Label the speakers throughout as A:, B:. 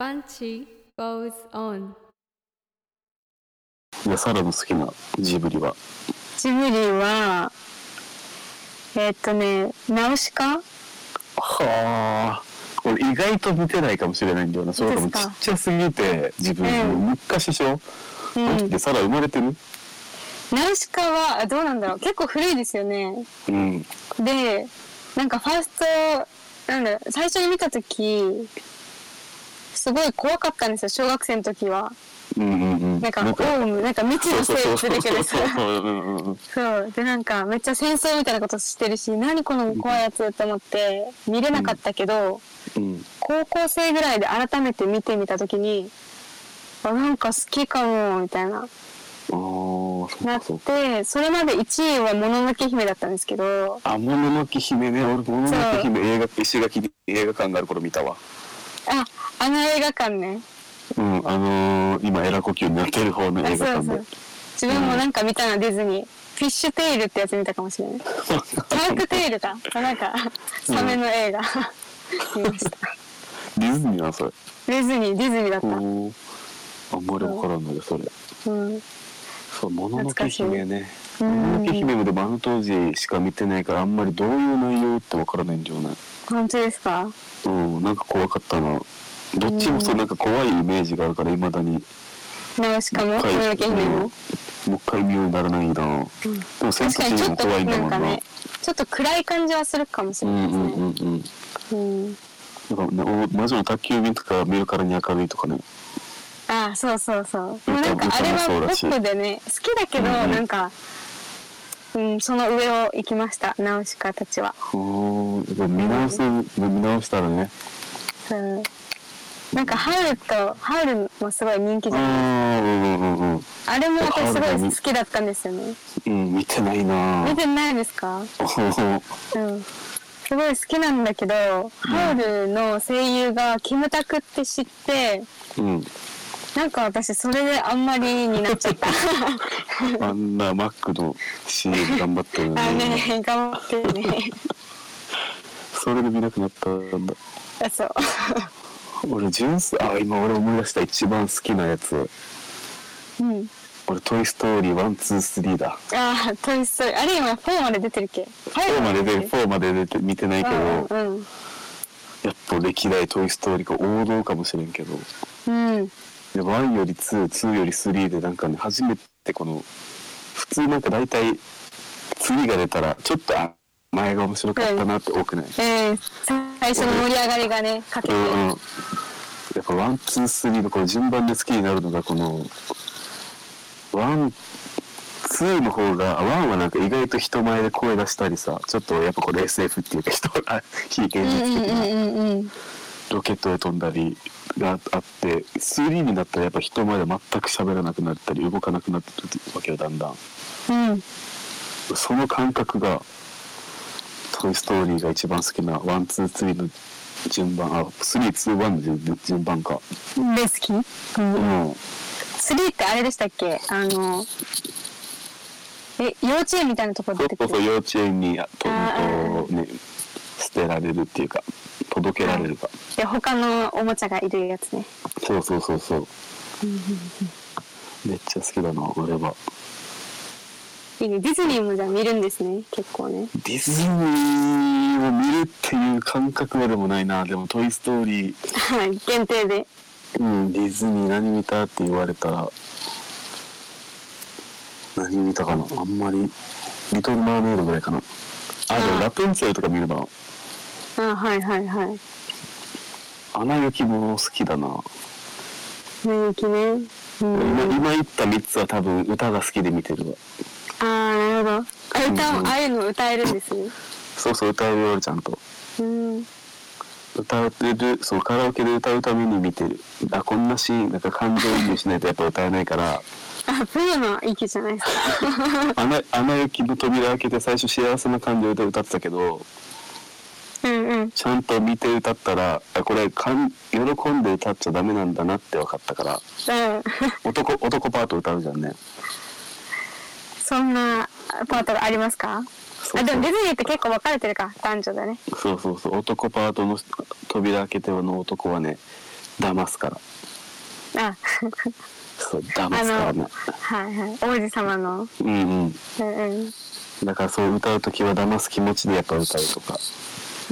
A: Sanchi goes on.
B: いや、サラの好きなジブリは。
C: ジブリは、えーっとね、ナウシカ
B: はあ。俺意外と見てないかもしれないんだよな。それともち
C: そうです
B: っ
C: か
B: ちゃすぎて、自分、
C: うん
B: 昔でしょ、
C: うん
B: あの時ってサラ生まれてる
C: ナウシカは、あどうなんだろう結構古いですよね。
B: うん。
C: で、なんかファースト、なんだろう最初に見たとき、すごい怖かったんですよ、小学生の時は。
B: うんうんうん。
C: なんか、オウム、なんか未知
B: そ
C: の
B: うそうそうそう
C: 生物出てくる
B: そ
C: さ
B: う。そう。うんうんうん。
C: そう。で、なんか、めっちゃ戦争みたいなことしてるし、何この怖いやつと思って、見れなかったけど、
B: うん。
C: 高校生ぐらいで改めて見てみたときに、あ、なんか好きかも、みたいな、
B: ああ、そう
C: な
B: か
C: っ
B: そうか。
C: て、それまで1位はもののけ姫だったんですけど、
B: あ、もののけ姫ね。俺、もののけ姫映画、石垣に映画館がある頃見たわ。
C: あ、あの映画館ね。
B: うん、あのー、今、エラ呼吸になってる方の
C: あ、
B: 映画
C: そう
B: 館
C: そ
B: で
C: う。。自分もなんか見たな、ディズニー。フィッシュテイルってやつ見たかもし れない。シャークテイルか。あなんか、サメの映画。見ました。
B: ディズニーな、それ。
C: ディズニー、ディズニーだ
B: お
C: った。
B: ーあんまりわからんので、それ。
C: うん。
B: そう、もののけ姫ね。
C: う
B: も
C: ん
B: ののけ姫もでもあの当時しか見てないから、あんまりどういう内容ってわからないんだよね。
C: 本当ですか
B: うん、なんか怖かったな。どっちもそう、なんか怖いイメージがあるから、いまだに。
C: ナウシカも、も
B: もう
C: のの
B: 一
C: け
B: 回、
C: 姫
B: も
C: も
B: う。一回見ようにならないな。でも、戦
C: 確
B: 闘
C: かに
B: シ
C: ち
B: ーン
C: ょ
B: も
C: っと
B: 怖いんだ
C: な
B: も
C: ん
B: ん
C: か
B: な
C: ね。、ちょっと暗い感じはするかもし
B: う
C: れない
B: ん
C: で
B: う
C: す
B: んうん
C: ね。
B: うん。
C: うん。
B: なんかね、お魔女の宅急便とか見るからに明るいとかね。
C: ああ、そうそうそう。
B: うん
C: もうなんかあれは
B: そう
C: ポ
B: らしい
C: ップでね、好きだけど、
B: うんうん
C: なんか、うん、その上を行きました、ナウシカたちは。
B: おーでも見直す、見直したらね。
C: うん。なんかハウルと、ハウルもすごい人気じゃない
B: あーうんうんうんうん。
C: あれも私すごい好きだったんですよね。
B: うん、見てないな
C: 見てないですか
B: ぁ。
C: うん。すごい好きなんだけど、ハウルの声優がキムタクって知って、
B: うん。
C: なんか私それであんまりになっ ちゃった。
B: あんなマックの CM 頑張ってるの
C: あ
B: に、
C: ね、頑張ってるね。
B: それで見なくなったんだ。
C: あそう。
B: 俺、純粋、あ、今俺思い出した一番好きなやつ。
C: うん。
B: 俺、トイストーリー1、2、3だ。
C: ああ、トイストーリー。あれ今4まで出てるっけ ?4
B: 4まで出る、4まで出て見てないけど、
C: うんうん
B: やっぱ歴代トイストーリーが王道かもしれんけど。
C: うん。うん。
B: で、1より2、2より3でなんかね、初めてこの、普通なんか大体、次が出たら、ちょっと、あ、前が面白かったなって多くない、
C: えー、最初の盛り上がりがね、かけて
B: う
C: る。
B: んうん、やっぱワンツースリーのこの順番で好きになるのがこのワンツーの方がワンはなんか意外と人前で声出したりさちょっとやっぱこれ SF っていうか人が非現実的な
C: うんうんうんうん。
B: ロケットで飛んだりがあってスリーになったらやっぱ人前で全く喋らなくなったり動かなくなってくるわけよだんだん
C: うん。
B: その感覚が「トイ・ストーリー」が一番好きなワンツースリーの順番あスリーツーワンの順順番か
C: で好き、うん
B: うん
C: 3ってあれでしたっけあのえ幼稚園みたいなとこ
B: そ
C: 出
B: う
C: て
B: そ
C: く
B: うそう
C: る
B: 幼稚園にあと
C: あー
B: とね捨てられるっていうか届けられるか、
C: で他のおもちゃがいるやつね
B: そうそうそうそうめっちゃ好きだな俺はい
C: いねディズニーもじゃあ見るんですね結構ね
B: ディズニーを見るっていう感覚はでもないなでも「トイ・ストーリー
C: はい限定で」
B: うん、ディズニー何見たって言われたら何見たかなあんまり「リトル・マーメイド」ぐらいかなあでも「ラプンツェル」とか見れば
C: あはいはいはい
B: 「アナ雪」も好きだな
C: 人気ねうん
B: 今今言った3つは多分歌が好きで見てるわ
C: ああなるほどあ歌
B: う
C: を
B: ん
C: ああいうの歌えるんですね
B: そうそう歌うよ俺ちゃんと
C: うん
B: 歌ってるそうカラオケで歌うために見てるあこんなシーンなんか感情移入しないとやっぱ歌えないから
C: あプロの域じゃないですか
B: アナ「アナ雪」の扉開けて最初幸せな感情で歌ってたけど
C: うんうん
B: ちゃんと見て歌ったらあこれかん喜んで歌っちゃダメなんだなって分かったから
C: うん
B: 男男パート歌うじゃんね
C: そんなパートがありますか
B: そうそう
C: あでもディズニーって結構分かれてるか男女だね
B: そうそうそう男パートの扉開けての男はね騙すから
C: あ、
B: そう騙すからね
C: はいはい。王子様の。
B: うんうん
C: うんうん。
B: だからそう歌う時は騙す気持ちでやっぱ歌うとか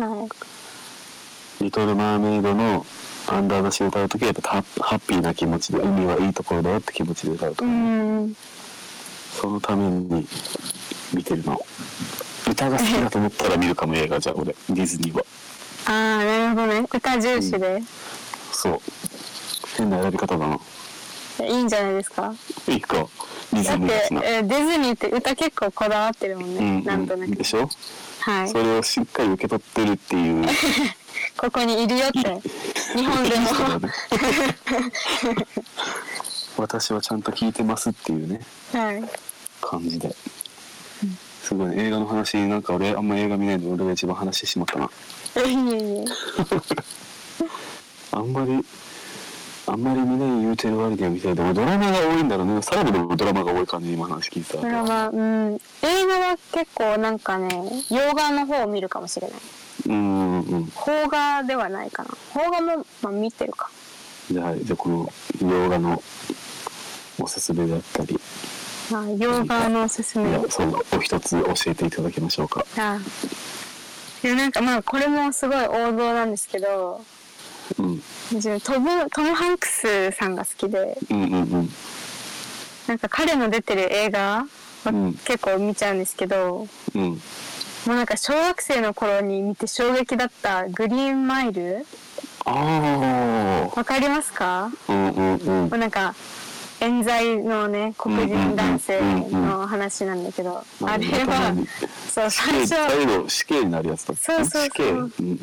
C: はい。
B: 「リトル・マーメイド」の「アンダー出し」歌う時はやっぱハッハッピーな気持ちで海はいいところだよって気持ちで歌うと
C: う
B: か、
C: ん。
B: そのために見てるの歌が好きだと思ったら見るかも映画じゃあ俺ディズニーは
C: ああ、なるほどね。歌重視で。
B: そう変な選び方だない
C: いんじゃないですか。
B: いいかディズ
C: だって
B: ニーだしな、
C: えーディズニーって歌結構こだわってるもんね。
B: うん
C: なんと
B: う、
C: なんく
B: で。しょ
C: はい
B: そ。れをしっかり受け取ってるっていう
C: ここにいるよって。 日本でも。
B: そうだ ね私はちゃんと聞いてますっていうね
C: はい。
B: 感じで、すごいね映画の話なんか俺あんま映画見ないで俺が一番話してしまったない
C: えいえいえ。
B: あんまりあんまり見ない言うてる割にはみたいで俺ドラマが多いんだろうねサラブでもドラマが多い感じ今話聞いてた
C: ドラマ、うん。映画は結構なんかね、洋画の方を見るかもしれない。
B: うんうんうん
C: 邦画ではないかな。邦画も、まあ見てるか。
B: じゃあじゃあこの洋画のおすすめだったり
C: まあ、洋画のおすす
B: い
C: め。
B: やそのお一つ教えていただきましょうか
C: あいやなんかまあこれもすごい王道なんですけど
B: うん
C: 自分トムトム・ハンクスさんが好きで
B: うんうん
C: なんか彼の出てる映画は
B: うん
C: 結構見ちゃうんですけど、
B: うんうん
C: もうなんか小学生の頃に見て衝撃だった「グリーンマイル
B: あ」
C: わかりますか
B: あうんうんうん
C: もうなんか冤罪のね黒人男性の話なんだけど、
B: うん
C: あれ
B: う
C: は
B: ん
C: そう
B: 死
C: 最
B: 刑最
C: 初
B: 後死刑になるやつだった
C: そうそうそう
B: 死刑うんうん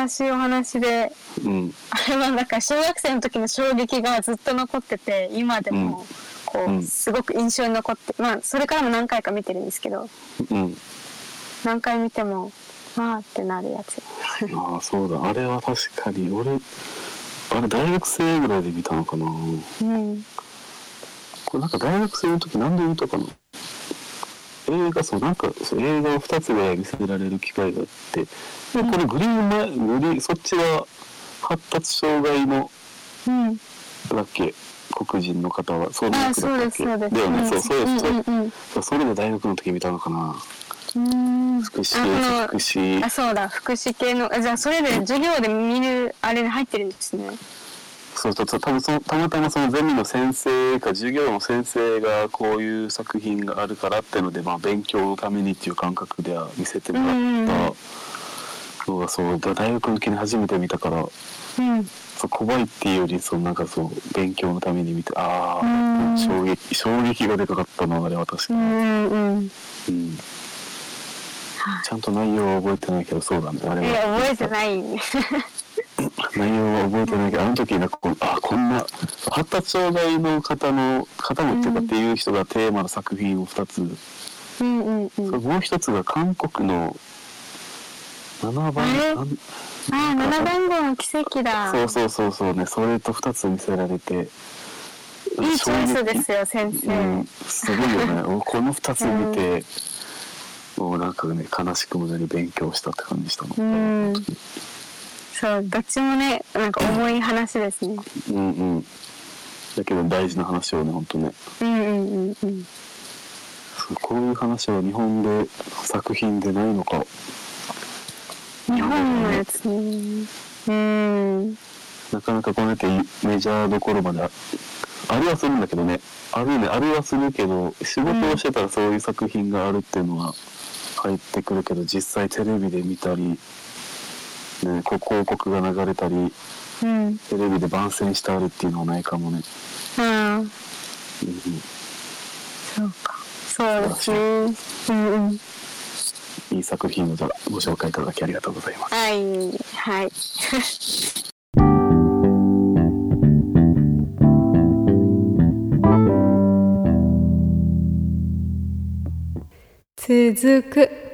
C: 悲しいお話で
B: うんうん
C: あれはなんか小学生の時の衝撃がずっと残ってて今で
B: うん
C: もこ
B: う
C: うんすごく印象に残って、まあそれからも何回か見てるんですけど
B: うんうん
C: 何回見てもああってなるやつ
B: ああそうだあれは確かに俺あれ大学生ぐらいで見たのかな
C: うん
B: これなんか大学生の時何で見たかな映画そうなんかそう映画を2つぐらい見せられる機会があってでこれグリーンマイグリーンそっちが発達障害の
C: うん
B: だっけ黒人の方はそう
C: あ
B: な
C: あ
B: ん
C: そう
B: だ
C: で
B: っ
C: す
B: け
C: そうです
B: だよね、そうそうです、
C: うんうんうん
B: そうそれで大学の時見たのかな
C: うん
B: 福祉
C: あの
B: 福祉
C: あそうだ福祉系のあじゃあそれで授業で見るあれに入ってるんですね
B: そうそうそう多分そのたまたまそのゼミの先生か授業の先生がこういう作品があるからってので、まあ、勉強のためにっていう感覚では見せてもら
C: うんうんう
B: っ
C: ん
B: たのがそうだ大学の時に初めて見たから
C: うん
B: そう怖いっていうよりそうなんかそう勉強のために見てあ
C: う
B: あ
C: ん
B: 衝撃衝撃がでかかったのあれは確か
C: う
B: に、
C: んうん
B: うんちゃんと内容は覚えてないけどそうだねあれ
C: え
B: は
C: 覚えてない
B: 内容は覚えてないけどあの時なんかこうあこんな発達障害の方の方のっていうか
C: う
B: っ
C: ん
B: ていう人がテーマの作品を2つ、
C: うんうんうん
B: もう一つが韓国の7番、な
C: え
B: ん
C: ああ七番号の奇跡だ
B: そうそうそうそうねそれと2つ見せられて
C: いいチョイスです
B: よ、
C: よ先生、
B: うん、すごいよね おこの2つ見て、もうなんかね悲しくもなり勉強したって感じしたの、
C: うんそうどっちもねなんか重い話ですね
B: うんうんだけど大事な話をね本当ね
C: うんうんうんうん
B: そうこういう話は日本で作品でないのか
C: 日本のやつねうん
B: なかなかこうやってメジャーどころまであありはするんだけどねあるねありはするけど仕事をしてたらそういう作品があるっていうのは入ってくるけど実際テレビで見たり、ね、こう広告が流れたり
C: うん
B: テレビで番宣してあるっていうのはないかもね。
C: ああ
B: うんうん
C: そうかそうですねうんうん
B: いい作品をじゃあご紹介いただきありがとうございます。
C: はいはい
A: 続く